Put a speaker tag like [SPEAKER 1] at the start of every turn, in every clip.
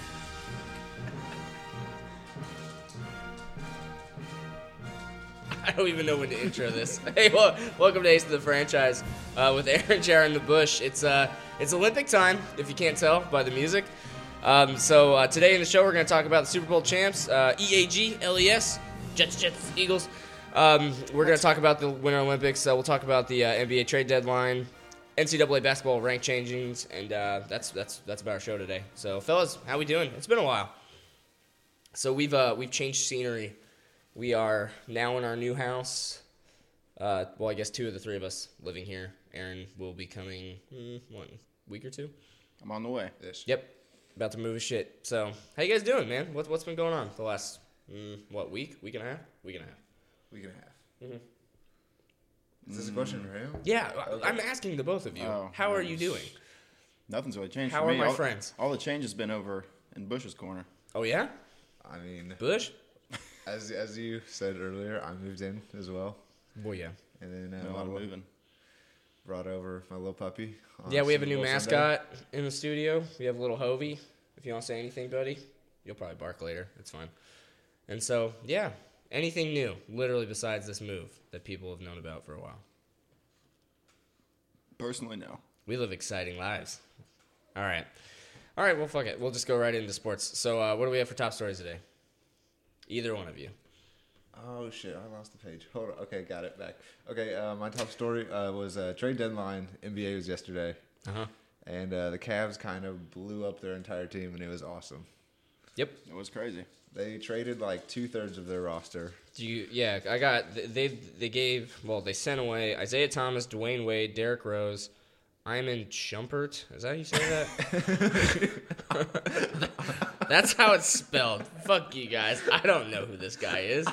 [SPEAKER 1] I don't even know when to intro this. Hey, well, welcome to Ace of the Franchise uh, with Aaron, Jared, and the Bush. It's uh, it's Olympic time, if you can't tell by the music. Um, so uh, today in the show, we're going to talk about the Super Bowl champs, uh, EAG, LES, Jets, Jets, Eagles. Um, we're going to talk about the Winter Olympics. Uh, we'll talk about the uh, NBA trade deadline, NCAA basketball rank changings, and uh, that's that's that's about our show today. So, fellas, how we doing? It's been a while. So we've uh, we've changed scenery. We are now in our new house. Uh, well, I guess two of the three of us living here. Aaron will be coming mm, one week or two.
[SPEAKER 2] I'm on the way. Ish.
[SPEAKER 1] Yep, about to move his shit. So how you guys doing, man? What what's been going on the last mm, what week, week and a half, week and a half?
[SPEAKER 3] Week and a half. Is this a question for him?
[SPEAKER 1] Yeah, I- I'm asking the both of you.
[SPEAKER 2] Oh,
[SPEAKER 1] how are you doing?
[SPEAKER 2] Nothing's really changed.
[SPEAKER 1] How
[SPEAKER 2] for
[SPEAKER 1] are
[SPEAKER 2] me. oh.
[SPEAKER 1] my
[SPEAKER 2] all,
[SPEAKER 1] friends?
[SPEAKER 2] All the change has been over in Bush's corner.
[SPEAKER 1] Oh yeah,
[SPEAKER 3] I mean,
[SPEAKER 1] Bush.
[SPEAKER 3] as as you said earlier, I moved in as well,
[SPEAKER 1] Well, yeah.
[SPEAKER 3] and then
[SPEAKER 2] Been
[SPEAKER 3] uh,
[SPEAKER 2] a lot of
[SPEAKER 3] Mama
[SPEAKER 2] moving.
[SPEAKER 3] brought over my little puppy. on
[SPEAKER 1] Yeah, we have a
[SPEAKER 3] Super
[SPEAKER 1] new
[SPEAKER 3] Bowl Sunday.
[SPEAKER 1] mascot in the studio. We have little Hovey. If you want to say anything, buddy, you'll probably bark later. It's fine. And so, yeah, anything new, literally besides this move that people have known about for a while.
[SPEAKER 2] Personally, no.
[SPEAKER 1] We live exciting lives. All right. All right, well, fuck it. We'll just go right into sports. So, uh, what do we have for top stories today? Either one of you.
[SPEAKER 3] Oh shit! I lost the page. Hold on. Okay, got it back. Okay, uh, my top story uh, was uh, trade deadline. NBA was yesterday,
[SPEAKER 1] Uh huh.
[SPEAKER 3] and uh, the Cavs kind of blew up their entire team, and it was awesome.
[SPEAKER 1] Yep.
[SPEAKER 2] It was crazy.
[SPEAKER 3] They traded like two thirds of their roster.
[SPEAKER 1] Do you? Yeah, I got. th- They they gave. Well, they sent away Isaiah Thomas, Dwayne Wade, Derrick Rose, Iman Shumpert. Is that how you say that? That's how it's spelled. Fuck you guys. I don't know who this guy is.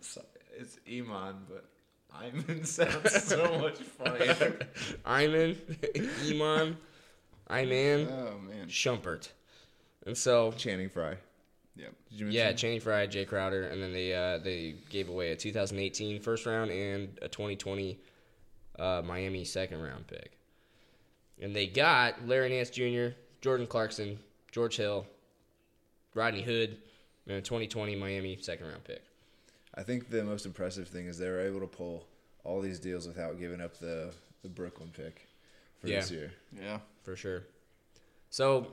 [SPEAKER 3] So- It's Iman, but Iman sounds so much funnier.
[SPEAKER 1] Iman, Iman, Iman
[SPEAKER 2] Oh man.
[SPEAKER 1] Shumpert. And so
[SPEAKER 3] Channing Frye.
[SPEAKER 2] Yep.
[SPEAKER 3] Did you mention
[SPEAKER 1] yeah, Channing Frye, Jay Crowder, and then they uh, they gave away a 2018 first round and a 2020 uh, Miami second round pick. And they got Larry Nance Jr., Jordan Clarkson, George Hill, Rodney Hood, and a 2020 Miami second round pick.
[SPEAKER 3] I think the most impressive thing is they were able to pull all these deals without giving up the, the Brooklyn pick for this
[SPEAKER 1] Yeah.
[SPEAKER 3] year.
[SPEAKER 2] Yeah.
[SPEAKER 1] for sure. So,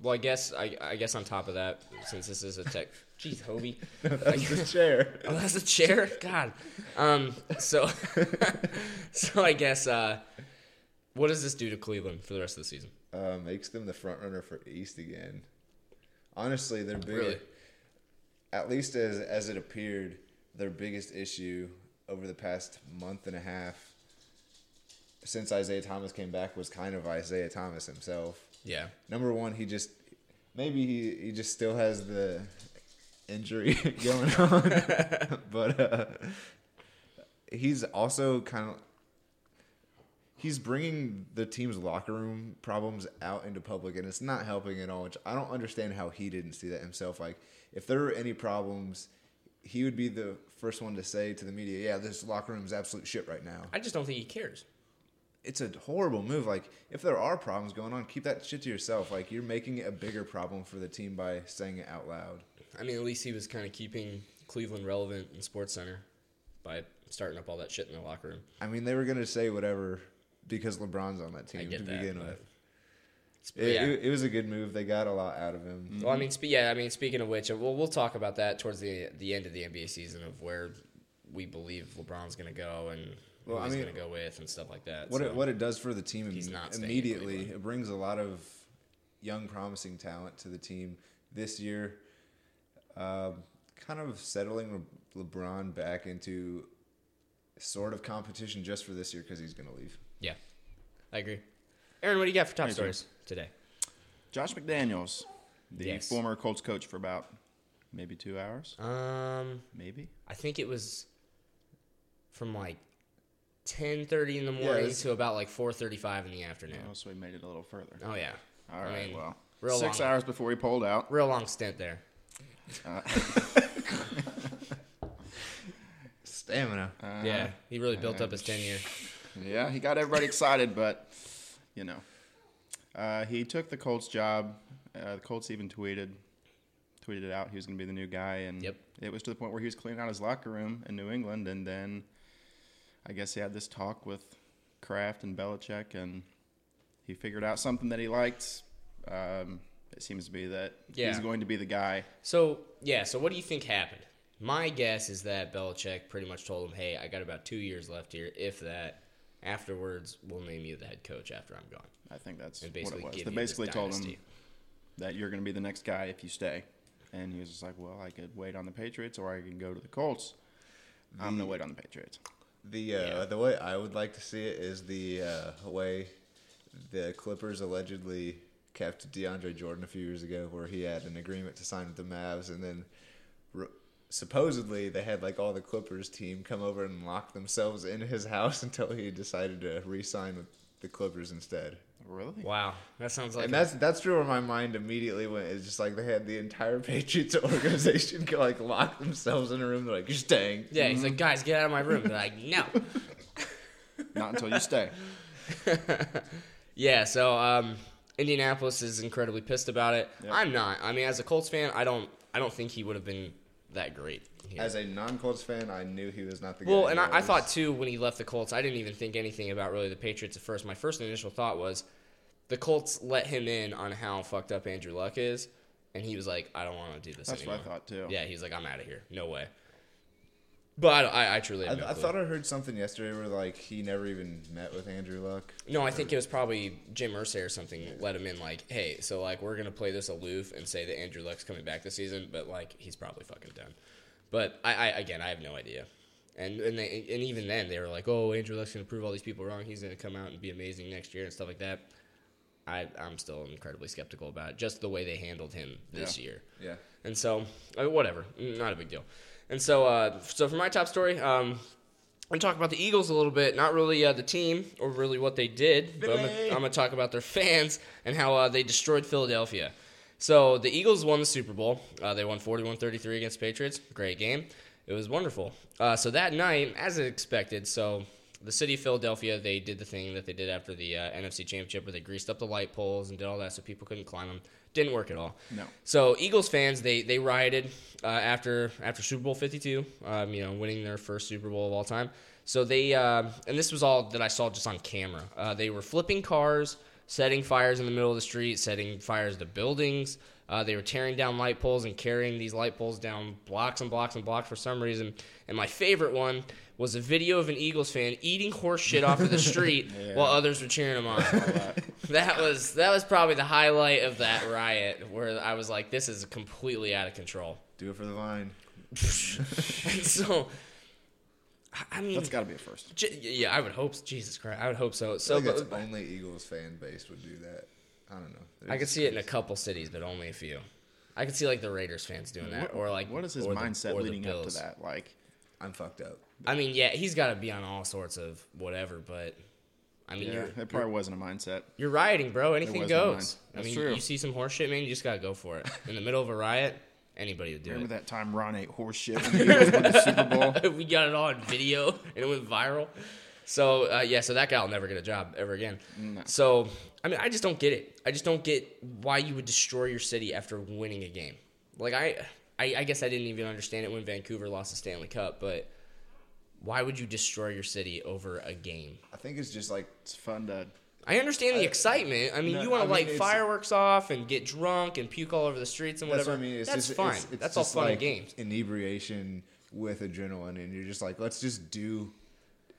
[SPEAKER 1] well, I guess I, I guess on top of that, since this is a tech, jeez, Hobie,
[SPEAKER 3] That's the chair.
[SPEAKER 1] oh, that's a chair. God, um, so, so I guess, uh, what does this do to Cleveland for the rest of the season?
[SPEAKER 3] Uh, makes them the front runner for East again. Honestly, their big,
[SPEAKER 1] Really?
[SPEAKER 3] at least as as it appeared, their biggest issue over the past month and a half since Isaiah Thomas came back was kind of Isaiah Thomas himself.
[SPEAKER 1] Yeah,
[SPEAKER 3] Number one, he just maybe he, he just still has the injury going on, but uh, he's also kind of he's bringing the team's locker room problems out into public, and it's not helping at all. Which I don't understand how he didn't see that himself. Like if there were any problems, he would be the first one to say to the media, "Yeah, this locker room is absolute shit right now."
[SPEAKER 1] I just don't think he cares.
[SPEAKER 3] it's a horrible move. Like, if there are problems going on, keep that shit to yourself. Like, you're making it a bigger problem for the team by saying it out loud.
[SPEAKER 1] I mean, at least he was kind of keeping Cleveland relevant in Sports Center by starting up all that shit in the locker room.
[SPEAKER 3] I mean, they were going to say whatever because LeBron's on that team
[SPEAKER 1] I
[SPEAKER 3] to
[SPEAKER 1] get that,
[SPEAKER 3] begin
[SPEAKER 1] but-
[SPEAKER 3] with.
[SPEAKER 1] It's- Mm,
[SPEAKER 3] It, it, it was a good move. They got a lot out of him.
[SPEAKER 1] Well, I mean, spe- yeah, I mean, speaking of which, we'll, we'll talk about that towards the the end of the NBA season of where we believe LeBron's going to go and
[SPEAKER 3] Well,
[SPEAKER 1] who
[SPEAKER 3] I
[SPEAKER 1] he's
[SPEAKER 3] mean,
[SPEAKER 1] going to go with and stuff like that.
[SPEAKER 3] What
[SPEAKER 1] so.
[SPEAKER 3] it, what it does for the team
[SPEAKER 1] He's
[SPEAKER 3] im-
[SPEAKER 1] not staying in
[SPEAKER 3] immediately,
[SPEAKER 1] Cleveland.
[SPEAKER 3] it brings a lot of young, promising talent to the team this year. Um kind of settling Le- LeBron back into sort of competition just for this year because he's going to leave.
[SPEAKER 1] Yeah, I agree. Aaron, what do you got for top
[SPEAKER 2] Thank you.
[SPEAKER 1] stories today?
[SPEAKER 2] Josh McDaniels, the
[SPEAKER 1] Yes.
[SPEAKER 2] former Colts coach for about maybe two hours.
[SPEAKER 1] Um,
[SPEAKER 2] Maybe.
[SPEAKER 1] I think it was from like ten thirty in the
[SPEAKER 3] it
[SPEAKER 1] morning
[SPEAKER 3] was-
[SPEAKER 1] to about like four thirty five in the afternoon.
[SPEAKER 2] Oh, so we made it a little further.
[SPEAKER 1] Oh yeah.
[SPEAKER 2] All right. well,
[SPEAKER 1] real
[SPEAKER 2] six
[SPEAKER 1] long,
[SPEAKER 2] hours before he pulled out.
[SPEAKER 1] real long stint there.
[SPEAKER 2] Uh,
[SPEAKER 3] Stamina.
[SPEAKER 2] Uh,
[SPEAKER 1] Uh-huh. yeah, he really built up his tenure.
[SPEAKER 2] Yeah, he got everybody excited, but you know, uh, he took the Colts job. Uh, the Colts even tweeted, tweeted it out. He was going to be the new guy, and
[SPEAKER 1] Yep.
[SPEAKER 2] it was to the point where he was cleaning out his locker room in New England, and then I guess he had this talk with Kraft and Belichick, and he figured out something that he liked. Um, it seems to be that he's
[SPEAKER 1] Yeah.
[SPEAKER 2] going to be the guy.
[SPEAKER 1] So yeah, so what do you think happened? My guess is that Belichick pretty much told him, "Hey, I got about two years left here, if that. Afterwards, we'll name you the head coach after I'm gone."
[SPEAKER 2] I think that's
[SPEAKER 1] And
[SPEAKER 2] what it
[SPEAKER 1] basically
[SPEAKER 2] was.
[SPEAKER 1] give
[SPEAKER 2] They
[SPEAKER 1] you this
[SPEAKER 2] basically told him
[SPEAKER 1] dynasty.
[SPEAKER 2] that you're going to be the next guy if you stay. And he was just like, well, I could wait on the Patriots or I can go to the Colts. I'm going to wait on the Patriots.
[SPEAKER 3] The uh,
[SPEAKER 1] Yeah.
[SPEAKER 3] the way I would like to see it is the uh, way the Clippers allegedly kept DeAndre Jordan a few years ago, where he had an agreement to sign with the Mavs, and then re- supposedly they had like all the Clippers team come over and lock themselves in his house until he decided to re-sign with the Clippers instead.
[SPEAKER 2] Really?
[SPEAKER 1] Wow, that sounds like
[SPEAKER 3] And that's that's really where my mind immediately went. It's just like they had the entire Patriots organization go, like lock themselves in a room. They're like, "You're staying."
[SPEAKER 1] yeah. He's
[SPEAKER 3] Mm-hmm.
[SPEAKER 1] like, "Guys, get out of my room." They're like, "No."
[SPEAKER 2] Not until you stay.
[SPEAKER 1] yeah. So um, Indianapolis is incredibly pissed about it. I'm not. I mean, as a Colts fan, I don't. I don't think he would have been that great. here.
[SPEAKER 3] As a non-Colts fan, I knew he was not the guy.
[SPEAKER 1] Well,
[SPEAKER 3] he
[SPEAKER 1] and I, I
[SPEAKER 3] was.
[SPEAKER 1] thought too when he left the Colts, I didn't even think anything about really the Patriots at first. My first initial thought was the Colts let him in on how fucked up Andrew Luck is, and he was like, "I don't want to do this."
[SPEAKER 2] That's what I
[SPEAKER 1] anymore.
[SPEAKER 2] thought, too.
[SPEAKER 1] Yeah, he was like, "I'm out of here. No way." But I, don't- I, I truly,
[SPEAKER 3] I,
[SPEAKER 1] have no
[SPEAKER 3] I
[SPEAKER 1] clue.
[SPEAKER 3] thought I heard something yesterday where like he never even met with Andrew Luck.
[SPEAKER 1] No, I think it was probably Jim Irsay or something let him in. Like, hey, so like we're gonna play this aloof and say that Andrew Luck's coming back this season, but like he's probably fucking done. But I, I again, I have no idea. And and they, and even then, they were like, oh, Andrew Luck's gonna prove all these people wrong. He's gonna come out and be amazing next year and stuff like that. I I'm still incredibly skeptical about it, just the way they handled him this
[SPEAKER 2] Yeah.
[SPEAKER 1] year.
[SPEAKER 3] Yeah.
[SPEAKER 1] And so, uh, whatever, not a big deal. And so, uh, so for my top story, um, I'm gonna talk about the Eagles a little bit. Not really uh, the team or really what they did, but I'm gonna, I'm gonna talk about their fans and how uh, they destroyed Philadelphia. So the Eagles won the Super Bowl. Uh, they won 41-33 against the Patriots. Great game. It was wonderful. Uh, so that night, as expected, so the city of Philadelphia, they did the thing that they did after the uh, NFC Championship, where they greased up the light poles and did all that, so people couldn't climb them. Didn't work at all.
[SPEAKER 2] No.
[SPEAKER 1] So Eagles fans, they they rioted uh, after after Super Bowl Fifty Two, um, you know, winning their first Super Bowl of all time. So they um and this was all that I saw just on camera. Uh, they were flipping cars, setting fires in the middle of the street, setting fires to buildings. Uh, they were tearing down light poles and carrying these light poles down blocks and blocks and blocks for some reason. And my favorite one was a video of an Eagles fan eating horse shit off of the street while others were cheering him on. That was that was probably the highlight of that riot where I was like, this is completely out of control.
[SPEAKER 3] Do it for the Vine.
[SPEAKER 1] And so, I- I mean,
[SPEAKER 2] That's got to be a first.
[SPEAKER 1] j- yeah, I would hope. Jesus Christ, I would hope so.
[SPEAKER 3] I
[SPEAKER 1] So,
[SPEAKER 3] think
[SPEAKER 1] but,
[SPEAKER 3] that's only Eagles fan base would do that. I don't know. They're
[SPEAKER 1] I could
[SPEAKER 3] just
[SPEAKER 1] see it in a couple cities, but only a few. I could see like the Raiders fans doing that, or like
[SPEAKER 2] what is his
[SPEAKER 1] or the-
[SPEAKER 2] mindset
[SPEAKER 1] or the
[SPEAKER 2] leading up to
[SPEAKER 1] Bills.
[SPEAKER 2] that? Like,
[SPEAKER 3] I'm fucked up.
[SPEAKER 1] I mean, yeah, he's got to be on all sorts of whatever, but I mean,
[SPEAKER 2] yeah,
[SPEAKER 1] you're,
[SPEAKER 2] it probably wasn't a mindset.
[SPEAKER 1] you're rioting, bro. Anything
[SPEAKER 2] was
[SPEAKER 1] goes.
[SPEAKER 2] no mind.
[SPEAKER 1] I
[SPEAKER 2] That's
[SPEAKER 1] mean,
[SPEAKER 2] true.
[SPEAKER 1] you see some horse shit, man. You just gotta go for it. In the middle of a riot, anybody would do it.
[SPEAKER 2] Remember that time Ron ate horse shit when the Eagles won the Super Bowl?
[SPEAKER 1] we got it all on video and it went viral. So uh, yeah, so that guy will never get a job ever again. So I mean, I just don't get it. I just don't get why you would destroy your city after winning a game. Like I, I, I guess I didn't even understand it when Vancouver lost the Stanley Cup, but why would you destroy your city over a game?
[SPEAKER 3] I think it's just like
[SPEAKER 2] It's fun to.
[SPEAKER 1] I understand the excitement. I mean,
[SPEAKER 3] no,
[SPEAKER 1] you want
[SPEAKER 3] I
[SPEAKER 1] to
[SPEAKER 3] mean,
[SPEAKER 1] light
[SPEAKER 3] it's-
[SPEAKER 1] fireworks off and get drunk and puke all over the streets and
[SPEAKER 3] that's
[SPEAKER 1] whatever.
[SPEAKER 3] what I mean. It's
[SPEAKER 1] that's
[SPEAKER 3] just,
[SPEAKER 1] fine.
[SPEAKER 3] It's, it's
[SPEAKER 1] that's all
[SPEAKER 3] just
[SPEAKER 1] fun
[SPEAKER 3] like
[SPEAKER 1] and games.
[SPEAKER 3] Inebriation with adrenaline, and you're just like, let's just do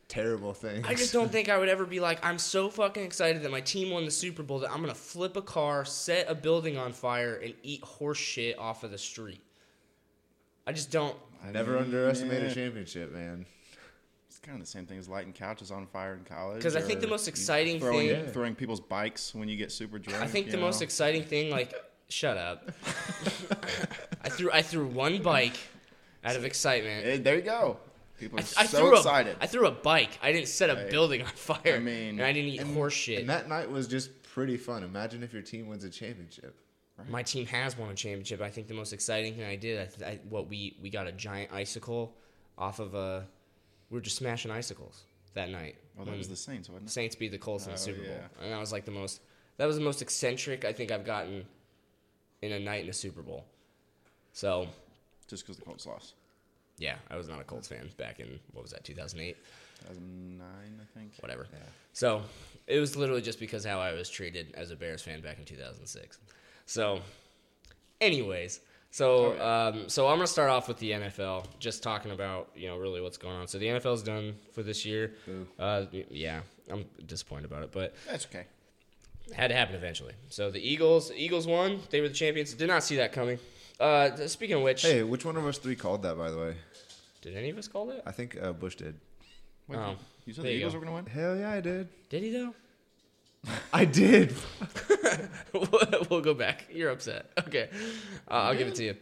[SPEAKER 3] terrible things.
[SPEAKER 1] I just don't think I would ever be like, I'm so fucking excited that my team won the Super Bowl that I'm gonna flip a car, set a building on fire, and eat horse shit off of the street. I just don't.
[SPEAKER 3] Never underestimate
[SPEAKER 2] Yeah.
[SPEAKER 3] a championship, man.
[SPEAKER 2] It's kind of the same thing as lighting couches on fire in college.
[SPEAKER 1] Because I think the
[SPEAKER 2] or
[SPEAKER 1] most exciting
[SPEAKER 2] throwing,
[SPEAKER 1] thing.
[SPEAKER 3] Yeah.
[SPEAKER 2] throwing people's bikes when you get super drunk.
[SPEAKER 1] I think
[SPEAKER 2] you
[SPEAKER 1] the most
[SPEAKER 2] know?
[SPEAKER 1] exciting thing, like, shut up. I threw I threw one bike out of excitement.
[SPEAKER 2] Hey, there you go. People are
[SPEAKER 1] I
[SPEAKER 2] so
[SPEAKER 1] threw
[SPEAKER 2] excited.
[SPEAKER 1] A, I threw a bike. I didn't set a building on fire.
[SPEAKER 2] I mean-
[SPEAKER 1] and I didn't eat horse shit.
[SPEAKER 3] And that night was just pretty fun. Imagine if your team wins a championship.
[SPEAKER 1] My team has won a championship. I think the most exciting thing I did, I, th- I what we we got a giant icicle off of a. We were just smashing icicles that night.
[SPEAKER 2] well, Oh, that
[SPEAKER 1] when
[SPEAKER 2] was the Saints, wasn't it?
[SPEAKER 1] Saints beat the Colts in the
[SPEAKER 2] Oh,
[SPEAKER 1] Super Bowl,
[SPEAKER 2] yeah.
[SPEAKER 1] and that was like the most. That was the most eccentric I think I've gotten in a night in a Super Bowl. So
[SPEAKER 2] just because the Colts lost.
[SPEAKER 1] yeah, I was not a Colts fan back in what was that 2008.
[SPEAKER 2] 2009, I think.
[SPEAKER 1] whatever. So it was literally just because how I was treated as a Bears fan back in 2006. So, anyways, so um, so I'm gonna start off with the NFL, just talking about you know really what's going on. So the NFL's done for this year. Uh, y- yeah, I'm disappointed about it, but
[SPEAKER 2] That's okay.
[SPEAKER 1] had to happen eventually. So the Eagles, Eagles won. They were the champions. Did not see that coming. Uh, th- speaking of which,
[SPEAKER 3] Hey, which one of us three called that, by the way?
[SPEAKER 1] did any of us call that?
[SPEAKER 3] I think uh, Bush did.
[SPEAKER 2] Wait,
[SPEAKER 1] Oh,
[SPEAKER 2] you- you said
[SPEAKER 1] there
[SPEAKER 2] the
[SPEAKER 1] you
[SPEAKER 2] Eagles
[SPEAKER 1] go.
[SPEAKER 2] were going to win?
[SPEAKER 3] Hell yeah, I did.
[SPEAKER 1] Did he though?
[SPEAKER 3] I did.
[SPEAKER 1] we'll we'll go back. You're upset. Okay. Uh, I'll give it to you.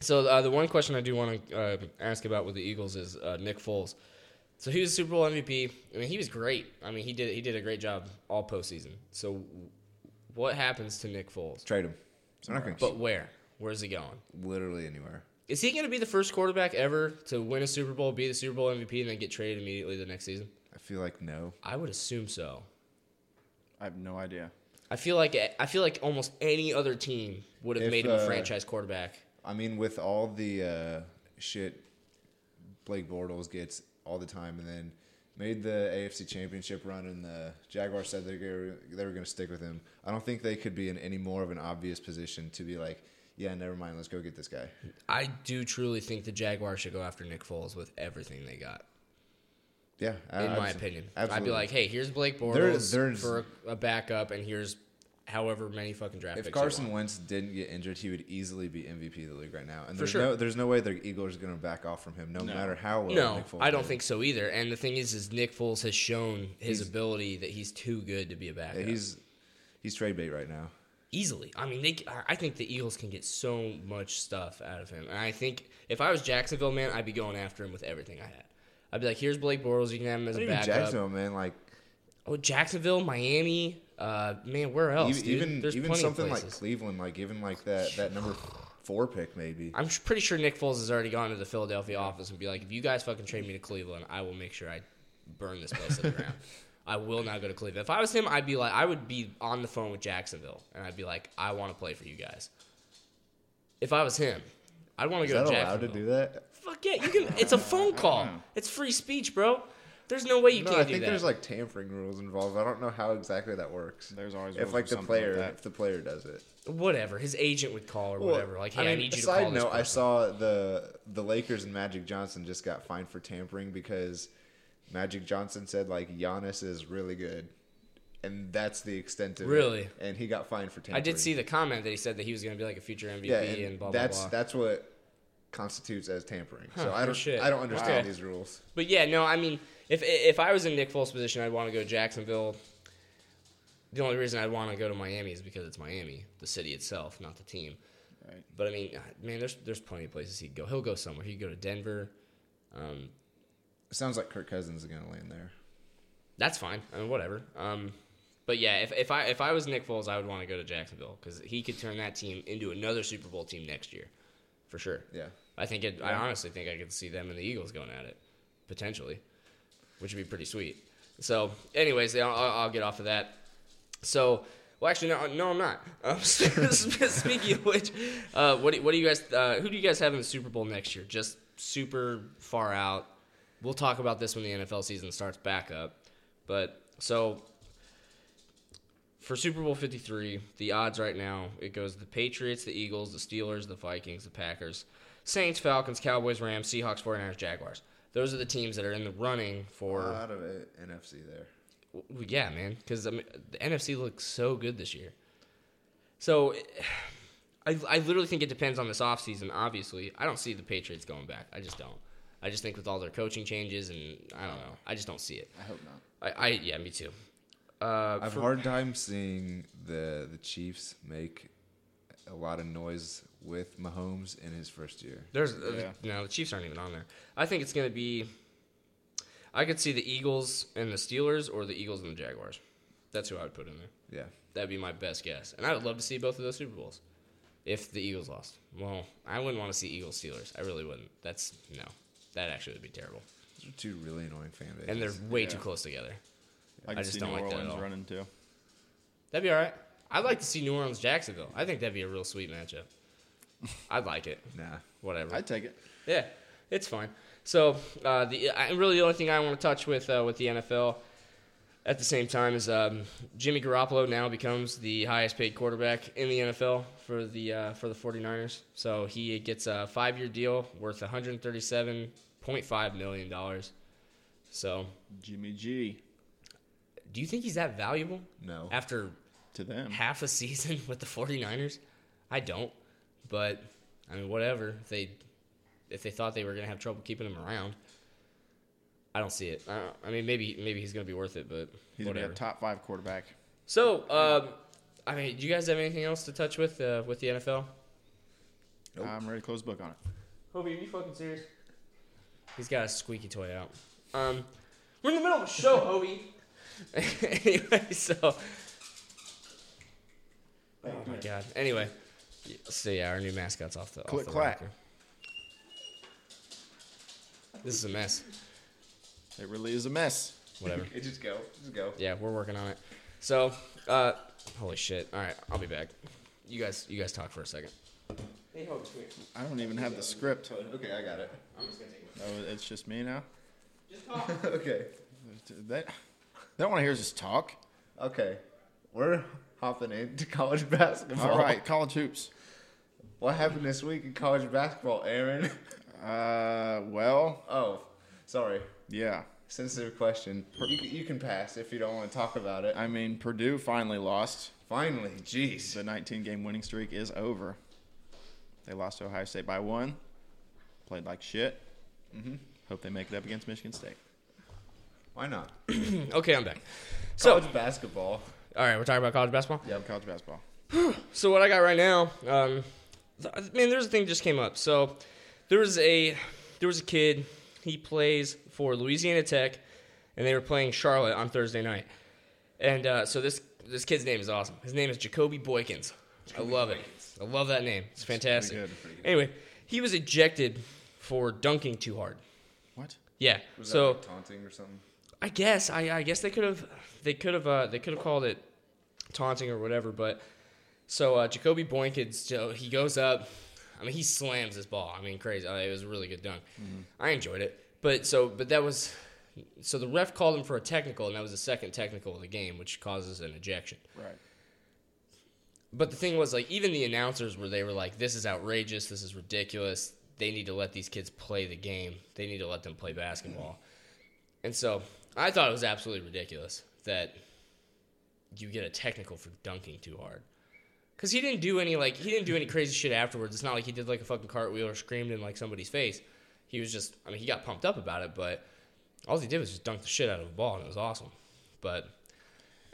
[SPEAKER 1] So, uh, the one question I do want to uh, ask about with the Eagles is uh, Nick Foles. So he was Super Bowl MVP. I mean, he was great. I mean, he did he did a great job all postseason. So, w- what happens to Nick Foles?
[SPEAKER 3] Trade him. I'm not going to
[SPEAKER 1] But where? Where's he going?
[SPEAKER 3] literally anywhere.
[SPEAKER 1] Is he going to be the first quarterback ever to win a Super Bowl, be the Super Bowl MVP, and then get traded immediately the next season?
[SPEAKER 3] I feel like no.
[SPEAKER 1] I would assume so.
[SPEAKER 2] I have no idea.
[SPEAKER 1] I feel like I feel like almost any other team would have
[SPEAKER 3] If,
[SPEAKER 1] made him a
[SPEAKER 3] uh,
[SPEAKER 1] franchise quarterback.
[SPEAKER 3] I mean, with all the uh, shit Blake Bortles gets all the time, and then made the AFC Championship run, and the Jaguars said they were, they were going to stick with him. I don't think they could be in any more of an obvious position to be like, yeah, never mind, let's go get this guy.
[SPEAKER 1] I do truly think the Jaguars should go after Nick Foles with everything they got.
[SPEAKER 3] Yeah,
[SPEAKER 1] In my opinion, I'd be
[SPEAKER 3] absolutely.
[SPEAKER 1] like, "Hey, here's Blake
[SPEAKER 3] There-
[SPEAKER 1] Bortles
[SPEAKER 3] there's-
[SPEAKER 1] for a backup, and here's however many fucking draft
[SPEAKER 3] if
[SPEAKER 1] picks." you
[SPEAKER 3] Carson
[SPEAKER 1] want."
[SPEAKER 3] Wentz didn't get injured, he would easily be MVP of the league right now. And there's
[SPEAKER 1] sure.
[SPEAKER 3] no there's no way the Eagles are going to back off from him, no, matter how well.
[SPEAKER 1] no,
[SPEAKER 3] Nick Foles
[SPEAKER 1] I don't
[SPEAKER 3] did.
[SPEAKER 1] think so either. And the thing is, is Nick Foles has shown his ability that he's too good to be a backup.
[SPEAKER 3] Yeah, he's he's trade bait right now.
[SPEAKER 1] easily. I mean, they. I think the Eagles can get so much stuff out of him, and I think if I was Jacksonville, man, I'd be going after him with everything I had. I'd be like, "Here's Blake Bortles. You can have him as a
[SPEAKER 3] Even
[SPEAKER 1] backup."
[SPEAKER 3] Jacksonville, man, like
[SPEAKER 1] Oh, Jacksonville, Miami, uh, man, where else?
[SPEAKER 3] even
[SPEAKER 1] dude?
[SPEAKER 3] even,
[SPEAKER 1] There's
[SPEAKER 3] even
[SPEAKER 1] plenty
[SPEAKER 3] something
[SPEAKER 1] of
[SPEAKER 3] like
[SPEAKER 1] places.
[SPEAKER 3] Cleveland, like even like that that number four pick maybe.
[SPEAKER 1] I'm sh- pretty sure Nick Foles has already gone to the Philadelphia office and be like, if you guys fucking trade me to Cleveland, I will make sure I burn this place to the ground. I will not go to Cleveland. If I was him, I'd be like, I would be on the phone with Jacksonville and I'd be like, I want to play for you guys. If I was him, I'd want to
[SPEAKER 3] Is
[SPEAKER 1] go
[SPEAKER 3] that
[SPEAKER 1] to
[SPEAKER 3] allowed
[SPEAKER 1] Jacksonville.
[SPEAKER 3] to do that?
[SPEAKER 1] Fuck yeah, you can. It's a phone call. It's free speech, bro. There's no way you
[SPEAKER 3] No,
[SPEAKER 1] can't
[SPEAKER 3] I
[SPEAKER 1] do
[SPEAKER 3] think
[SPEAKER 1] that.
[SPEAKER 3] there's like tampering rules involved. I don't know how exactly that works.
[SPEAKER 2] There's always
[SPEAKER 3] if
[SPEAKER 2] rules
[SPEAKER 3] like
[SPEAKER 2] or
[SPEAKER 3] the
[SPEAKER 2] something
[SPEAKER 3] player
[SPEAKER 2] like that.
[SPEAKER 3] if the player does it.
[SPEAKER 1] whatever. His agent would call or
[SPEAKER 3] Well,
[SPEAKER 1] whatever. Like, hey, I,
[SPEAKER 3] mean,
[SPEAKER 1] need you to
[SPEAKER 3] side
[SPEAKER 1] call this
[SPEAKER 3] note, I
[SPEAKER 1] person.
[SPEAKER 3] saw the the Lakers and Magic Johnson just got fined for tampering because Magic Johnson said like Giannis is really good, and that's the extent of it.
[SPEAKER 1] Really?
[SPEAKER 3] And he got fined for tampering.
[SPEAKER 1] I did see the comment that he said that he was going to be like a future MVP
[SPEAKER 3] Yeah,
[SPEAKER 1] E and,
[SPEAKER 3] and
[SPEAKER 1] blah blah
[SPEAKER 3] that's
[SPEAKER 1] blah.
[SPEAKER 3] that's what constitutes as tampering.
[SPEAKER 1] Huh,
[SPEAKER 3] so I
[SPEAKER 1] no
[SPEAKER 3] don't
[SPEAKER 1] shit.
[SPEAKER 3] I don't understand
[SPEAKER 1] Okay.
[SPEAKER 3] these rules.
[SPEAKER 1] But yeah, no, I mean, if if I was in Nick Foles' position, I'd want to go Jacksonville. The only reason I'd want to go to Miami is because it's Miami, the city itself, not the team.
[SPEAKER 2] Right.
[SPEAKER 1] But I mean, uh, man, there's there's plenty of places he'd go. He'll go somewhere. He'd go to Denver. Um,
[SPEAKER 3] It sounds like Kirk Cousins is going to land there.
[SPEAKER 1] that's fine. I mean, whatever. Um, but yeah, if, if I if I was Nick Foles, I would want to go to Jacksonville because he could turn that team into another Super Bowl team next year, for sure.
[SPEAKER 3] Yeah.
[SPEAKER 1] I think it, I honestly think I could see them and the Eagles going at it potentially, which would be pretty sweet. So, anyways, I'll, I'll I'll get off of that. So, well, actually, no, no, I'm not. Um, speaking of which, uh, what do, what do you guys uh, who do you guys have in the Super Bowl next year? Just super far out. We'll talk about this when the NFL season starts back up. But so for Super Bowl 53, the odds right now, it goes the Patriots, the Eagles, the Steelers, the Vikings, the Packers, Saints, Falcons, Cowboys, Rams, Seahawks, 49ers, Jaguars. Those are the teams that are in the running
[SPEAKER 3] A
[SPEAKER 1] for
[SPEAKER 3] lot of it, NFC there.
[SPEAKER 1] well, yeah, man, because I mean, the NFC looks so good this year. So, I, I literally think it depends on this offseason, obviously. I don't see the Patriots going back. I just don't. I just think with all their coaching changes, and I don't know. I just don't see it.
[SPEAKER 2] I hope not.
[SPEAKER 1] I, I yeah, me too. Uh,
[SPEAKER 3] I have
[SPEAKER 1] for-
[SPEAKER 3] a hard time seeing the the Chiefs make a lot of noise with Mahomes in his first year.
[SPEAKER 1] There's uh,
[SPEAKER 2] Yeah.
[SPEAKER 1] no the Chiefs aren't even on there. I think it's gonna be. I could see the Eagles and the Steelers, or the Eagles and the Jaguars. That's who I would put in there.
[SPEAKER 3] Yeah.
[SPEAKER 1] That'd be my best guess, and I would love to see both of those Super Bowls. If the Eagles lost, well, I wouldn't want to see Eagles Steelers. I really wouldn't. That's no, that actually would be terrible.
[SPEAKER 3] Those are two really annoying fan bases.
[SPEAKER 1] And they're way too
[SPEAKER 2] Yeah.
[SPEAKER 1] close together.
[SPEAKER 2] I can
[SPEAKER 1] just
[SPEAKER 2] see
[SPEAKER 1] don't
[SPEAKER 2] New
[SPEAKER 1] like that at
[SPEAKER 2] Orleans
[SPEAKER 1] all.
[SPEAKER 2] running too.
[SPEAKER 1] That'd be all right. I'd like to see New Orleans Jacksonville. I think that'd be a real sweet matchup. I'd like it.
[SPEAKER 3] Nah.
[SPEAKER 1] Whatever.
[SPEAKER 2] I'd take it.
[SPEAKER 1] Yeah, it's fine. So uh, the I, really the only thing I want to touch with uh, with the NFL at the same time is um, Jimmy Garoppolo now becomes the highest paid quarterback in the NFL for the uh, for the 49ers. So he gets a five year deal worth 137.5 million dollars. So
[SPEAKER 2] Jimmy G
[SPEAKER 1] do you think he's that valuable
[SPEAKER 3] No.
[SPEAKER 1] after
[SPEAKER 2] to them.
[SPEAKER 1] half a season with the 49ers? I don't. But I mean whatever. If they if they thought they were going to have trouble keeping him around, I don't see it. I, don't- I mean maybe maybe he's going to be worth it, but
[SPEAKER 2] He's gonna be
[SPEAKER 1] whatever.
[SPEAKER 2] a top five quarterback.
[SPEAKER 1] so, um, I mean, do you guys have anything else to touch with uh, with the NFL?
[SPEAKER 3] Nope.
[SPEAKER 2] I'm ready to close the book on it.
[SPEAKER 1] Kobe, are you fucking serious? He's got a squeaky toy out. Um, we're in the middle of a show, Hobie. anyway, so. Oh my god. Anyway, y- so yeah, our new mascot's off the.
[SPEAKER 2] Click
[SPEAKER 1] off the
[SPEAKER 2] clack.
[SPEAKER 1] rocker. This is a mess.
[SPEAKER 2] It really is a mess.
[SPEAKER 1] Whatever.
[SPEAKER 3] It just go. Just go.
[SPEAKER 1] Yeah, we're working on it. So, uh, holy shit. All right, I'll be back. You guys, you guys talk for a second. Hey, Hobie, come here.
[SPEAKER 2] I don't even have the script.
[SPEAKER 3] Okay, I got it.
[SPEAKER 1] I'm just gonna take it.
[SPEAKER 2] Oh, it's just me now.
[SPEAKER 1] Just talk.
[SPEAKER 3] okay.
[SPEAKER 2] That they don't want to hear us just talk.
[SPEAKER 3] Okay. We're hopping into college basketball.
[SPEAKER 2] All right, college hoops.
[SPEAKER 3] What happened this week in college basketball, Aaron?
[SPEAKER 2] Uh, well,
[SPEAKER 3] Oh, sorry.
[SPEAKER 2] yeah.
[SPEAKER 3] Sensitive question. You, c- you can pass if you don't want to talk about it.
[SPEAKER 2] I mean, Purdue finally lost.
[SPEAKER 3] Finally, jeez.
[SPEAKER 2] The 19 game winning streak is over. They lost to Ohio State by one. Played like shit. Mm-hmm. Hope they make it up against Michigan State.
[SPEAKER 3] Why not?
[SPEAKER 1] Okay, I'm back. So,
[SPEAKER 3] College basketball.
[SPEAKER 1] all right, we're talking about college basketball.
[SPEAKER 2] Yeah, college basketball.
[SPEAKER 1] So what I got right now, um, th- man, there's a thing that just came up. So there was a there was a kid. He plays for Louisiana Tech, and they were playing Charlotte on Thursday night. And uh, so this this kid's name is awesome. His name is Jacoby Boykins. I love it. I love that name. It's fantastic.
[SPEAKER 2] pretty good, pretty
[SPEAKER 1] Anyway, he was ejected for dunking too hard.
[SPEAKER 2] What?
[SPEAKER 1] Yeah.
[SPEAKER 3] Was that
[SPEAKER 1] so
[SPEAKER 3] like taunting or something?
[SPEAKER 1] I guess I, I guess they could have they could have uh, they could have called it taunting or whatever, but so uh, Jacoby Boykins so he goes up. I mean, he slams this ball. I mean, crazy. Uh, it was a really good dunk. I enjoyed it, but so but that was so the ref called him for a technical, and that was the second technical of the game, which causes an ejection.
[SPEAKER 2] Right.
[SPEAKER 1] But the thing was, like, even the announcers were they were like, "This is outrageous. This is ridiculous. They need to let these kids play the game. They need to let them play basketball." And so I thought it was absolutely ridiculous that you get a technical for dunking too hard. Cause he didn't do any like he didn't do any crazy shit afterwards. It's not like he did like a fucking cartwheel or screamed in like somebody's face. He was just I mean he got pumped up about it, but all he did was just dunk the shit out of a ball and it was awesome. But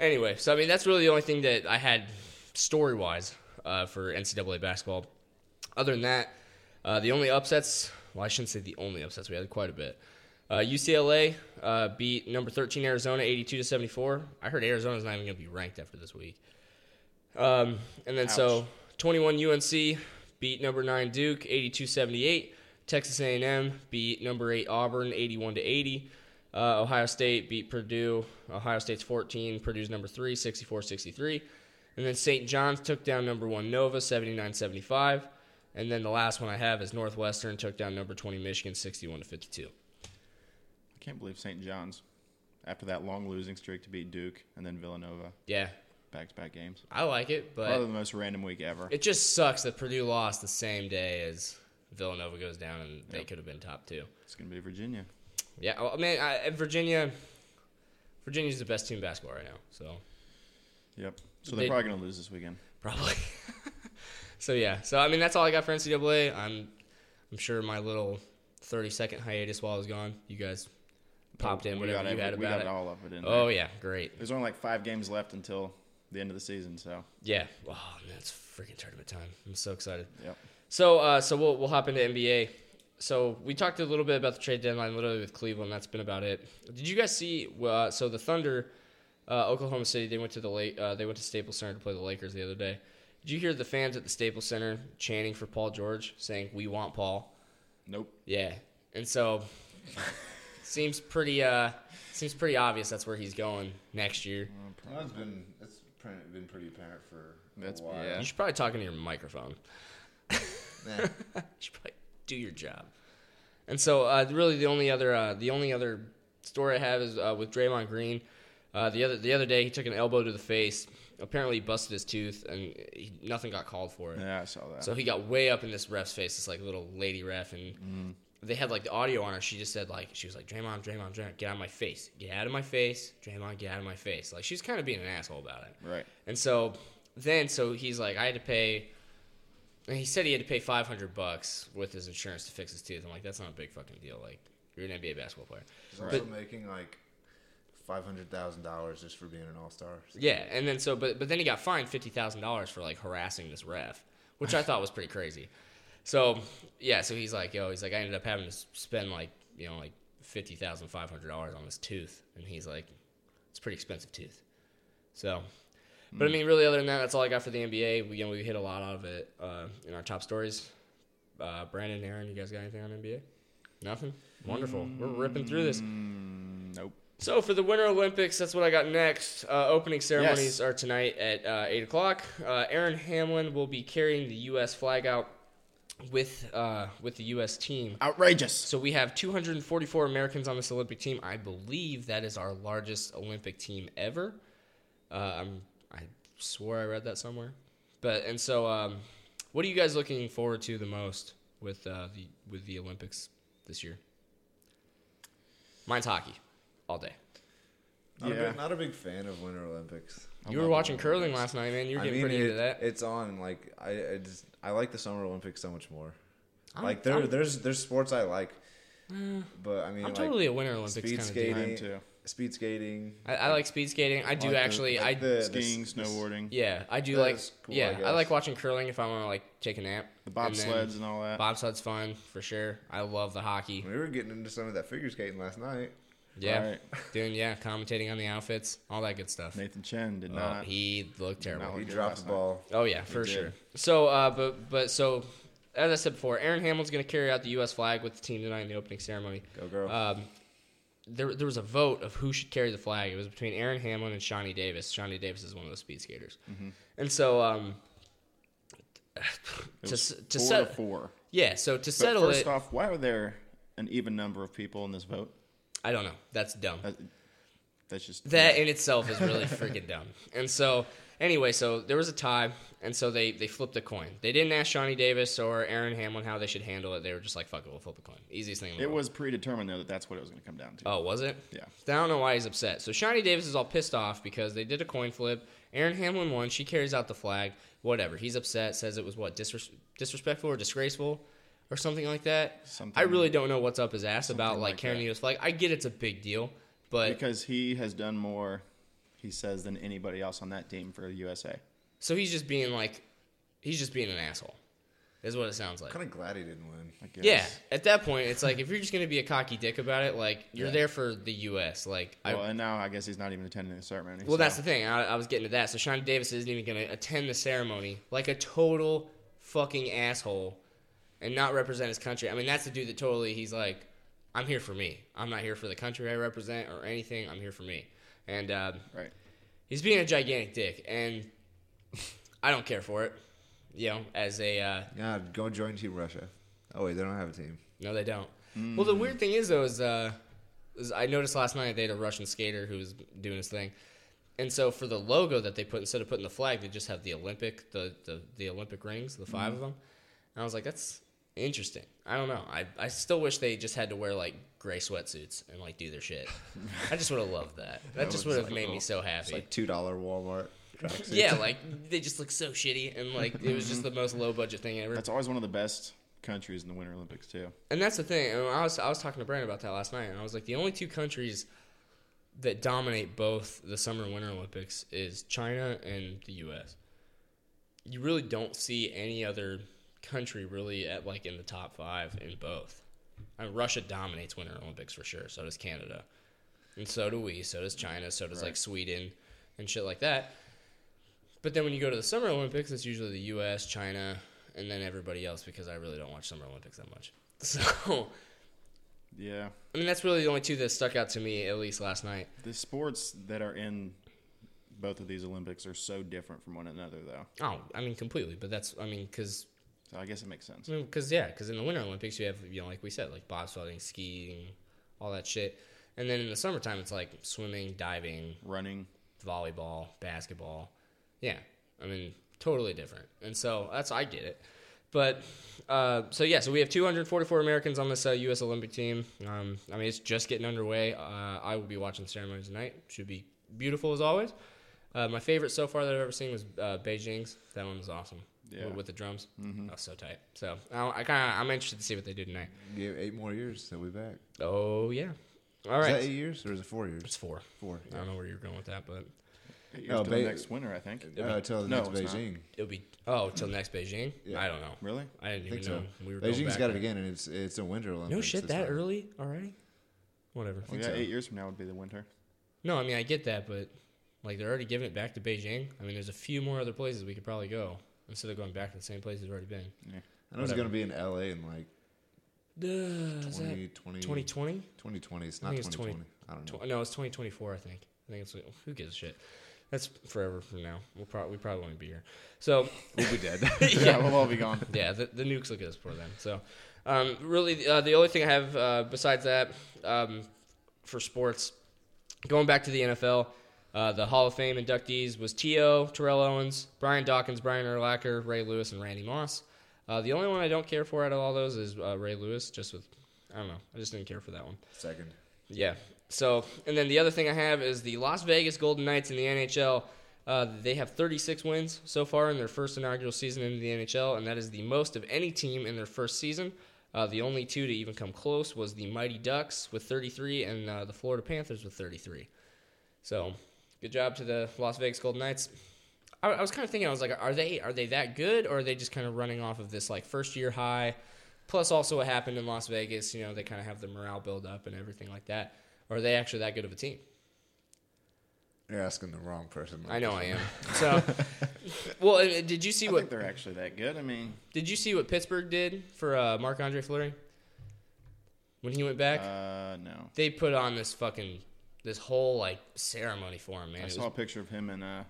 [SPEAKER 1] anyway, so I mean that's really the only thing that I had story wise uh, for NCAA basketball. Other than that, uh, the only upsets well I shouldn't say the only upsets we had quite a bit. Uh, UCLA uh, beat number thirteen Arizona eighty two to seventy four. I heard Arizona's not even gonna be ranked after this week. Um, and then so 21 UNC beat number 9 Duke 82-78. Texas A&M beat number 8 Auburn 81 to 80. Uh, Ohio State beat Purdue. Ohio State's 14, Purdue's number 3 64-63. And then St. John's took down number 1 Nova 79-75. And then the last one I have is Northwestern took down number 20 Michigan 61 to 52.
[SPEAKER 2] I can't believe St. John's, after that long losing streak to beat Duke and then Villanova,
[SPEAKER 1] Yeah,
[SPEAKER 2] back to back games.
[SPEAKER 1] I like it, but
[SPEAKER 2] Probably the most random week ever.
[SPEAKER 1] It just sucks that Purdue lost the same day as Villanova goes down, and they could have been top two.
[SPEAKER 2] It's going to be Virginia.
[SPEAKER 1] Yeah, well, I mean, I, and Virginia, Virginia's the best team in basketball right now, so
[SPEAKER 2] Yep. So they're
[SPEAKER 1] They-
[SPEAKER 2] probably going to lose this weekend.
[SPEAKER 1] probably. so yeah, so I mean, that's all I got for NCAA. I'm, I'm sure my little thirty second hiatus while I was gone, you guys popped in
[SPEAKER 2] Oh, We
[SPEAKER 1] whatever
[SPEAKER 2] got
[SPEAKER 1] you
[SPEAKER 2] every-
[SPEAKER 1] had
[SPEAKER 2] we
[SPEAKER 1] about
[SPEAKER 2] got
[SPEAKER 1] it.
[SPEAKER 2] all of it in there.
[SPEAKER 1] Oh yeah, great.
[SPEAKER 2] There's only like five games left until the end of the season, so
[SPEAKER 1] Yeah, wow, man, it's freaking tournament time. I'm so excited.
[SPEAKER 2] yep.
[SPEAKER 1] So, uh, so we'll we'll hop into NBA. So we talked a little bit about the trade deadline, literally with Cleveland. That's been about it. Did you guys see? Uh, so the Thunder, uh, Oklahoma City, they went to the late, uh, they went to Staples Center to play the Lakers the other day. Did you hear the fans at the Staples Center chanting for Paul George, saying "We want Paul"?
[SPEAKER 2] Nope.
[SPEAKER 1] Yeah, and so seems pretty uh, seems pretty obvious that's where he's going next year.
[SPEAKER 3] Well, it's been it's pre- been pretty apparent for
[SPEAKER 2] That's-
[SPEAKER 3] a while.
[SPEAKER 2] yeah.
[SPEAKER 1] You should probably talk into your microphone.
[SPEAKER 3] Nah.
[SPEAKER 1] you should probably do your job. And so, uh, really, the only other uh, the only other story I have is uh, with Draymond Green. Uh, the other the other day, he took an elbow to the face. Apparently, he busted his tooth, and he, nothing got called for it.
[SPEAKER 2] Yeah, I saw that.
[SPEAKER 1] So he got way up in this ref's face, this like little lady ref, and they had like the audio on her. She just said like she was like Draymond, Draymond, Draymond, get out of my face, get out of my face, Draymond, get out of my face. Like she was kind of being an asshole about it.
[SPEAKER 2] right.
[SPEAKER 1] And so then, so he's like, I had to pay. And he said he had to pay five hundred bucks with his insurance to fix his tooth. I'm like, that's not a big fucking deal. Like, you're an NBA basketball player.
[SPEAKER 3] He's also making like five hundred thousand dollars just for being an all star.
[SPEAKER 1] Yeah, and then so, but but then he got fined fifty thousand dollars for like harassing this ref, which I thought was pretty crazy. So yeah, so he's like, yo, he's like, I ended up having to s- spend like you know like fifty thousand five hundred dollars on this tooth, and he's like, it's a pretty expensive tooth. So, but I mean, really, other than that, that's all I got for the NBA. We, you know, we hit a lot out of it uh, in our top stories. Uh, Brandon, Aaron, you guys got anything on NBA? Nothing. Wonderful. We're ripping through this.
[SPEAKER 2] Mm, nope.
[SPEAKER 1] So for the Winter Olympics, that's what I got next. Uh, opening ceremonies
[SPEAKER 2] Yes.
[SPEAKER 1] are tonight at uh, eight o'clock. Uh, Aaron Hamlin will be carrying the U.S. flag out with uh, with the U.S. team.
[SPEAKER 2] Outrageous.
[SPEAKER 1] So we have 244 Americans on this Olympic team. I believe that is our largest Olympic team ever. Uh, I'm, I swore I read that somewhere. But and so, um, what are you guys looking forward to the most with uh, the with the Olympics this year? Mine's hockey, all day.
[SPEAKER 3] Not, a
[SPEAKER 2] Yeah.
[SPEAKER 3] big, not a big fan of Winter Olympics.
[SPEAKER 1] You were watching curling last night, man. You're
[SPEAKER 3] Oh I
[SPEAKER 1] getting
[SPEAKER 3] mean,
[SPEAKER 1] pretty
[SPEAKER 3] it-
[SPEAKER 1] into that.
[SPEAKER 3] it's on. Like I, I just I like the Summer Olympics so much more.
[SPEAKER 1] I'm-
[SPEAKER 3] like there,
[SPEAKER 1] I'm- Mm.
[SPEAKER 3] there's there's sports I like, but I mean,
[SPEAKER 1] I'm
[SPEAKER 3] like,
[SPEAKER 1] totally a Winter Olympics
[SPEAKER 3] speed
[SPEAKER 1] kind of
[SPEAKER 3] skating,
[SPEAKER 1] dude.
[SPEAKER 2] I am too.
[SPEAKER 3] speed skating.
[SPEAKER 1] I, I like speed skating. I do
[SPEAKER 2] like the-
[SPEAKER 1] actually.
[SPEAKER 3] like
[SPEAKER 1] I
[SPEAKER 3] the- this-
[SPEAKER 2] Skiing,
[SPEAKER 3] this-
[SPEAKER 2] snowboarding,
[SPEAKER 1] yeah. I do
[SPEAKER 3] that
[SPEAKER 1] like
[SPEAKER 3] is cool,
[SPEAKER 1] yeah.
[SPEAKER 3] I
[SPEAKER 1] I, like
[SPEAKER 3] guess.
[SPEAKER 1] watching curling if I want to like take a nap.
[SPEAKER 2] the
[SPEAKER 1] And then
[SPEAKER 2] bobsleds, and all that.
[SPEAKER 1] Bobsled's fun for sure. I love the hockey.
[SPEAKER 3] We were getting into some of that figure skating last night.
[SPEAKER 1] Yeah,
[SPEAKER 2] Right.
[SPEAKER 1] doing yeah, commentating on the outfits, all that good stuff.
[SPEAKER 2] Nathan Chen did
[SPEAKER 1] Oh,
[SPEAKER 2] not.
[SPEAKER 1] he looked terrible.
[SPEAKER 2] not
[SPEAKER 3] He
[SPEAKER 2] did
[SPEAKER 3] dropped
[SPEAKER 2] last
[SPEAKER 3] the ball.
[SPEAKER 1] Oh yeah, for
[SPEAKER 2] did.
[SPEAKER 1] sure. So, uh, but but so, as I said before, Aaron Hamlin's going to carry out the U.S. flag with the team tonight in the opening ceremony.
[SPEAKER 3] Go girl.
[SPEAKER 1] Um, there there was a vote of who should carry the flag. It was between Aaron Hamlin and Shawnee Davis. Shawnee Davis is one of those speed skaters, and so um,
[SPEAKER 2] Mm-hmm. It
[SPEAKER 1] to
[SPEAKER 2] was
[SPEAKER 1] s- to
[SPEAKER 2] four to
[SPEAKER 1] set
[SPEAKER 2] four.
[SPEAKER 1] yeah, so to
[SPEAKER 2] But
[SPEAKER 1] settle
[SPEAKER 2] first
[SPEAKER 1] it,
[SPEAKER 2] off, why were there an even number of people in this vote?
[SPEAKER 1] I don't know. That's dumb.
[SPEAKER 2] That, that's just
[SPEAKER 1] That in itself is really freaking dumb. And so, anyway, so there was a tie, and so they they flipped a coin. They didn't ask Shawnee Davis or Aaron Hamlin how they should handle it. They were just like, "Fuck it, we'll flip a coin." Easiest thing. In the
[SPEAKER 2] It
[SPEAKER 1] world.
[SPEAKER 2] was predetermined though that that's what it was going to come down to.
[SPEAKER 1] Oh, was it?
[SPEAKER 2] Yeah.
[SPEAKER 1] I don't know why he's upset. So Shawnee Davis is all pissed off because they did a coin flip. Aaron Hamlin won. She carries out the flag. Whatever. He's upset. Says it was what disres- disrespectful or disgraceful or something like that.
[SPEAKER 2] Something-
[SPEAKER 1] I really don't know what's up his ass about like,
[SPEAKER 2] like
[SPEAKER 1] carrying
[SPEAKER 2] that.
[SPEAKER 1] the US flag. I get it's a big deal, but
[SPEAKER 2] Because he has done more, he says, than anybody else on that team for USA.
[SPEAKER 1] So he's just being like, he's just being an asshole, is what it sounds like.
[SPEAKER 3] kind of glad he didn't win.
[SPEAKER 2] I guess.
[SPEAKER 1] Yeah, at that point, it's like if you're just gonna be a cocky dick about it, like you're
[SPEAKER 2] Yeah.
[SPEAKER 1] there for the U.S. Like, I,
[SPEAKER 2] Well,
[SPEAKER 1] well,
[SPEAKER 2] and now I guess he's not even attending the ceremony.
[SPEAKER 1] that's the thing. I, I was getting to that. So Sean Davis isn't even gonna attend the ceremony, like a total fucking asshole, and not represent his country. I mean, that's the dude that totally he's like, I'm here for me. I'm not here for the country I represent or anything. I'm here for me. And um,
[SPEAKER 2] right.
[SPEAKER 1] he's being a gigantic dick, and I don't care for it. You know, as a uh,
[SPEAKER 3] Yeah, go join Team Russia. Oh wait, they don't have a team.
[SPEAKER 1] No, they don't. Well, the weird thing is though is, uh, is I noticed last night they had a Russian skater who was doing his thing, and so for the logo that they put instead of putting the flag, they just have the Olympic the the, the Olympic rings, the 5 of them. And I was like, that's interesting. I don't know. I I still wish they just had to wear like gray sweatsuits and like do their shit. I just would have loved that. That, just would
[SPEAKER 3] was
[SPEAKER 1] have
[SPEAKER 3] like,
[SPEAKER 1] made
[SPEAKER 3] oh,
[SPEAKER 1] me so happy.
[SPEAKER 3] It's like two dollar Walmart. tracksuit.
[SPEAKER 1] yeah, like they just look so shitty, and like it was just the most low budget thing ever.
[SPEAKER 2] That's always one of the best countries in the Winter Olympics too.
[SPEAKER 1] And that's the thing. And I was I was talking to Brandon about that last night, and I was like, the only two countries that dominate both the Summer and Winter Olympics is China and the U.S. You really don't see any other country really at like in the top five in both. I mean, Russia dominates Winter Olympics for sure. So does Canada, and so do we. So does China. So does like Sweden and shit like that. But then when you go to the Summer Olympics, it's usually the U.S., China, and then everybody else because I really don't watch Summer Olympics that much. So,
[SPEAKER 2] Yeah.
[SPEAKER 1] I mean, that's really the only two that stuck out to me, at least last night.
[SPEAKER 2] The sports that are in both of these Olympics are so different from one another, though.
[SPEAKER 1] Oh, I mean, completely. But that's, I mean, because
[SPEAKER 2] So I guess it makes sense.
[SPEAKER 1] Because yeah, because in the Winter Olympics you have you know like we said like bobsledding, skiing, all that shit, and then in the summertime it's like swimming, diving,
[SPEAKER 2] Running.
[SPEAKER 1] volleyball, basketball. Yeah, I mean totally different, and so that's I get it. But uh, so yeah, so we have 244 Americans on this uh, U.S. Olympic team. Um, I mean it's just getting underway. Uh, I will be watching the ceremony tonight. Should be beautiful as always. Uh, my favorite so far that I've ever seen was uh, Beijing's. That one was awesome.
[SPEAKER 2] Yeah.
[SPEAKER 1] With, with the drums,
[SPEAKER 3] Mm-hmm.
[SPEAKER 1] that was so tight. So I, I kind of I'm interested to see what they do tonight.
[SPEAKER 3] Give eight more years, they'll be back.
[SPEAKER 1] Oh yeah, all
[SPEAKER 3] Is
[SPEAKER 1] right.
[SPEAKER 3] that eight years or is it four years?
[SPEAKER 1] It's four.
[SPEAKER 3] Four.
[SPEAKER 1] I don't know where you're going with that, but
[SPEAKER 2] It
[SPEAKER 3] No,
[SPEAKER 2] used to the
[SPEAKER 3] ba-
[SPEAKER 2] next winter, I think.
[SPEAKER 3] Yeah. Uh, till the
[SPEAKER 2] No,
[SPEAKER 3] next
[SPEAKER 2] it's not.
[SPEAKER 3] Beijing.
[SPEAKER 1] it'll be oh till next Beijing.
[SPEAKER 3] Yeah.
[SPEAKER 1] I don't know.
[SPEAKER 2] Really?
[SPEAKER 1] I didn't
[SPEAKER 3] I
[SPEAKER 1] even
[SPEAKER 3] think
[SPEAKER 1] know
[SPEAKER 3] so.
[SPEAKER 1] we were. going
[SPEAKER 3] Beijing's
[SPEAKER 1] back
[SPEAKER 3] got it
[SPEAKER 1] there.
[SPEAKER 3] again, and it's it's a winter Olympics.
[SPEAKER 1] No shit,
[SPEAKER 3] it's Oh,
[SPEAKER 1] that
[SPEAKER 3] not-
[SPEAKER 1] early already. Whatever.
[SPEAKER 2] Well, yeah,
[SPEAKER 3] so.
[SPEAKER 2] eight years from now would be the winter.
[SPEAKER 1] No, I mean I get that, but like they're already giving it back to Beijing. I mean, there's a few more other places we could probably go instead of going back to the same places we've already been.
[SPEAKER 3] I know it's gonna be in LA in like
[SPEAKER 1] Duh, is that
[SPEAKER 3] 2020.
[SPEAKER 1] 2020?
[SPEAKER 3] 2020. It's
[SPEAKER 1] I
[SPEAKER 3] not
[SPEAKER 1] think it's
[SPEAKER 3] 2020.
[SPEAKER 1] 20.
[SPEAKER 3] I don't know.
[SPEAKER 1] Tw- no, it's 2024, I think. I think it's like, who gives a shit. That's forever from now. We'll probably we probably won't be here. So
[SPEAKER 3] We'll be dead.
[SPEAKER 2] Yeah, we'll all be gone.
[SPEAKER 1] yeah, the, the nukes will get us before then. So, um, really, uh, the only thing I have uh, besides that um, for sports, going back to the NFL, uh, the Hall of Fame inductees was T.O., Terrell Owens, Brian Dawkins, Brian Urlacher, Ray Lewis, and Randy Moss. Uh, the only one I don't care for out of all those is uh, Ray Lewis, just with, I don't know, I just didn't care for that one.
[SPEAKER 3] Second.
[SPEAKER 1] Yeah. So, and then the other thing I have is the Las Vegas Golden Knights in the NHL. Uh, they have 36 wins so far in their first inaugural season in the NHL, and that is the most of any team in their first season. Uh, the only two to even come close was the Mighty Ducks with 33 and uh, the Florida Panthers with 33. So, good job to the Las Vegas Golden Knights. I, I was kind of thinking, I was like, are they are they that good, or are they just kind of running off of this like first year high? Plus, also what happened in Las Vegas, you know, they kind of have the morale build up and everything like that. Or are they actually that good of a team?
[SPEAKER 3] You're asking the wrong person.
[SPEAKER 1] I know I am. So, well, uh, did you see
[SPEAKER 2] I
[SPEAKER 1] what
[SPEAKER 2] think they're actually that good. I mean,
[SPEAKER 1] did you see what Pittsburgh did for uh, Marc Andre Fleury when he went back?
[SPEAKER 2] uh, no.
[SPEAKER 1] they put on this fucking this whole like ceremony for him, man.
[SPEAKER 2] I
[SPEAKER 1] It was
[SPEAKER 2] saw a picture of him and uh,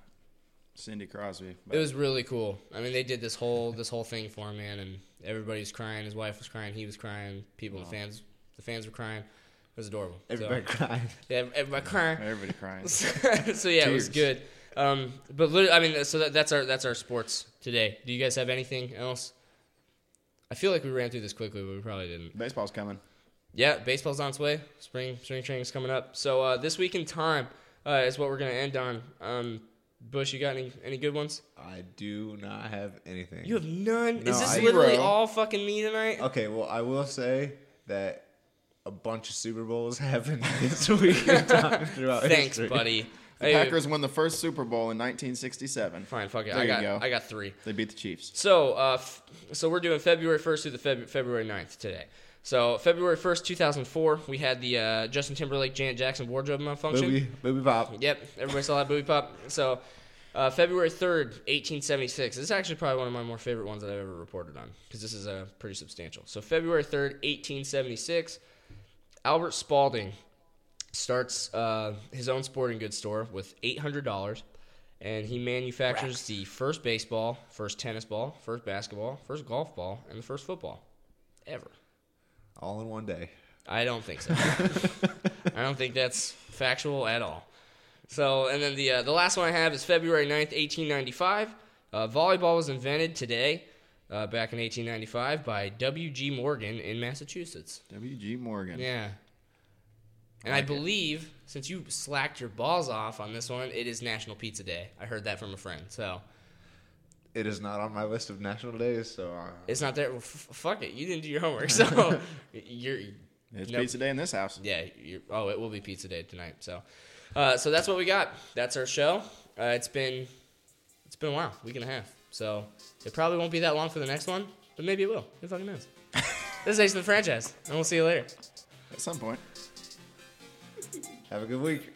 [SPEAKER 2] Cindy Crosby. But
[SPEAKER 1] It was really cool. I mean, they did this whole this whole thing for him, man, and everybody's crying. His wife was crying. He was crying. People, the fans, the fans were crying. It was adorable. So-
[SPEAKER 3] Everybody cried.
[SPEAKER 1] yeah, everybody crying.
[SPEAKER 2] everybody crying.
[SPEAKER 1] so yeah, it was
[SPEAKER 3] Tears.
[SPEAKER 1] good. Um, but lit- I mean, so that, that's our that's our sports today. Do you guys have anything else? I feel like we ran through this quickly, but we probably didn't.
[SPEAKER 2] Baseball's coming.
[SPEAKER 1] Yeah, baseball's on its way. Spring spring training's coming up. So uh, this week in time uh, is what we're gonna end on. Um, Bush, you got any any good ones?
[SPEAKER 3] I do not have anything.
[SPEAKER 1] You have none.
[SPEAKER 3] No,
[SPEAKER 1] is this
[SPEAKER 3] I-
[SPEAKER 1] literally
[SPEAKER 2] Zero.
[SPEAKER 1] all fucking me tonight?
[SPEAKER 3] Okay, well, I will say that a bunch of Super Bowls happened this week in time throughout
[SPEAKER 1] Thanks,
[SPEAKER 3] history.
[SPEAKER 1] buddy.
[SPEAKER 2] The
[SPEAKER 1] Hey,
[SPEAKER 2] Packers won the first Super Bowl in 1967.
[SPEAKER 1] Fine, fuck it.
[SPEAKER 2] There
[SPEAKER 1] I
[SPEAKER 2] you
[SPEAKER 1] got
[SPEAKER 2] go.
[SPEAKER 1] I got three.
[SPEAKER 2] They beat the Chiefs.
[SPEAKER 1] So, uh, f- so we're doing February 1st through the Feb- February 9th today. So, February 1st, 2004, we had the uh, Justin Timberlake, Janet Jackson wardrobe malfunction.
[SPEAKER 3] Booby, booby pop.
[SPEAKER 1] Yep, everybody saw that booby pop. So, uh, February 3rd, 1876. This is actually probably one of my more favorite ones that I've ever reported on because this is uh, pretty substantial. So, February 3rd, 1876, Albert Spalding starts uh, his own sporting goods store with $800 and he manufactures the first baseball, first tennis ball, first basketball, first golf ball, and the first football ever.
[SPEAKER 3] All in one day.
[SPEAKER 1] I don't think so. I don't think that's factual at all. So, and then the uh, the last one I have is February 9th, 1895. Uh, volleyball was invented today, uh, back in 1895, by W.G. Morgan in Massachusetts.
[SPEAKER 2] W.G. Morgan.
[SPEAKER 1] Yeah. And I, believe, since you slacked your balls off on this one, it is National Pizza Day. I heard that from a friend. So,
[SPEAKER 3] It is not on my list of national days, so uh,
[SPEAKER 1] it's not there. Well, f- fuck it. You didn't do your homework. So, you're.
[SPEAKER 2] It's
[SPEAKER 1] Nope.
[SPEAKER 2] pizza day in this house.
[SPEAKER 1] Yeah. You're, oh, it will be pizza day tonight. So, uh, so that's what we got. That's our show. Uh, it's been it's been a while, week and a half. So it probably won't be that long for the next one, but maybe it will. Who fucking knows? this is Ace of the Franchise, and we'll see you later.
[SPEAKER 2] At some point.
[SPEAKER 3] have a good week.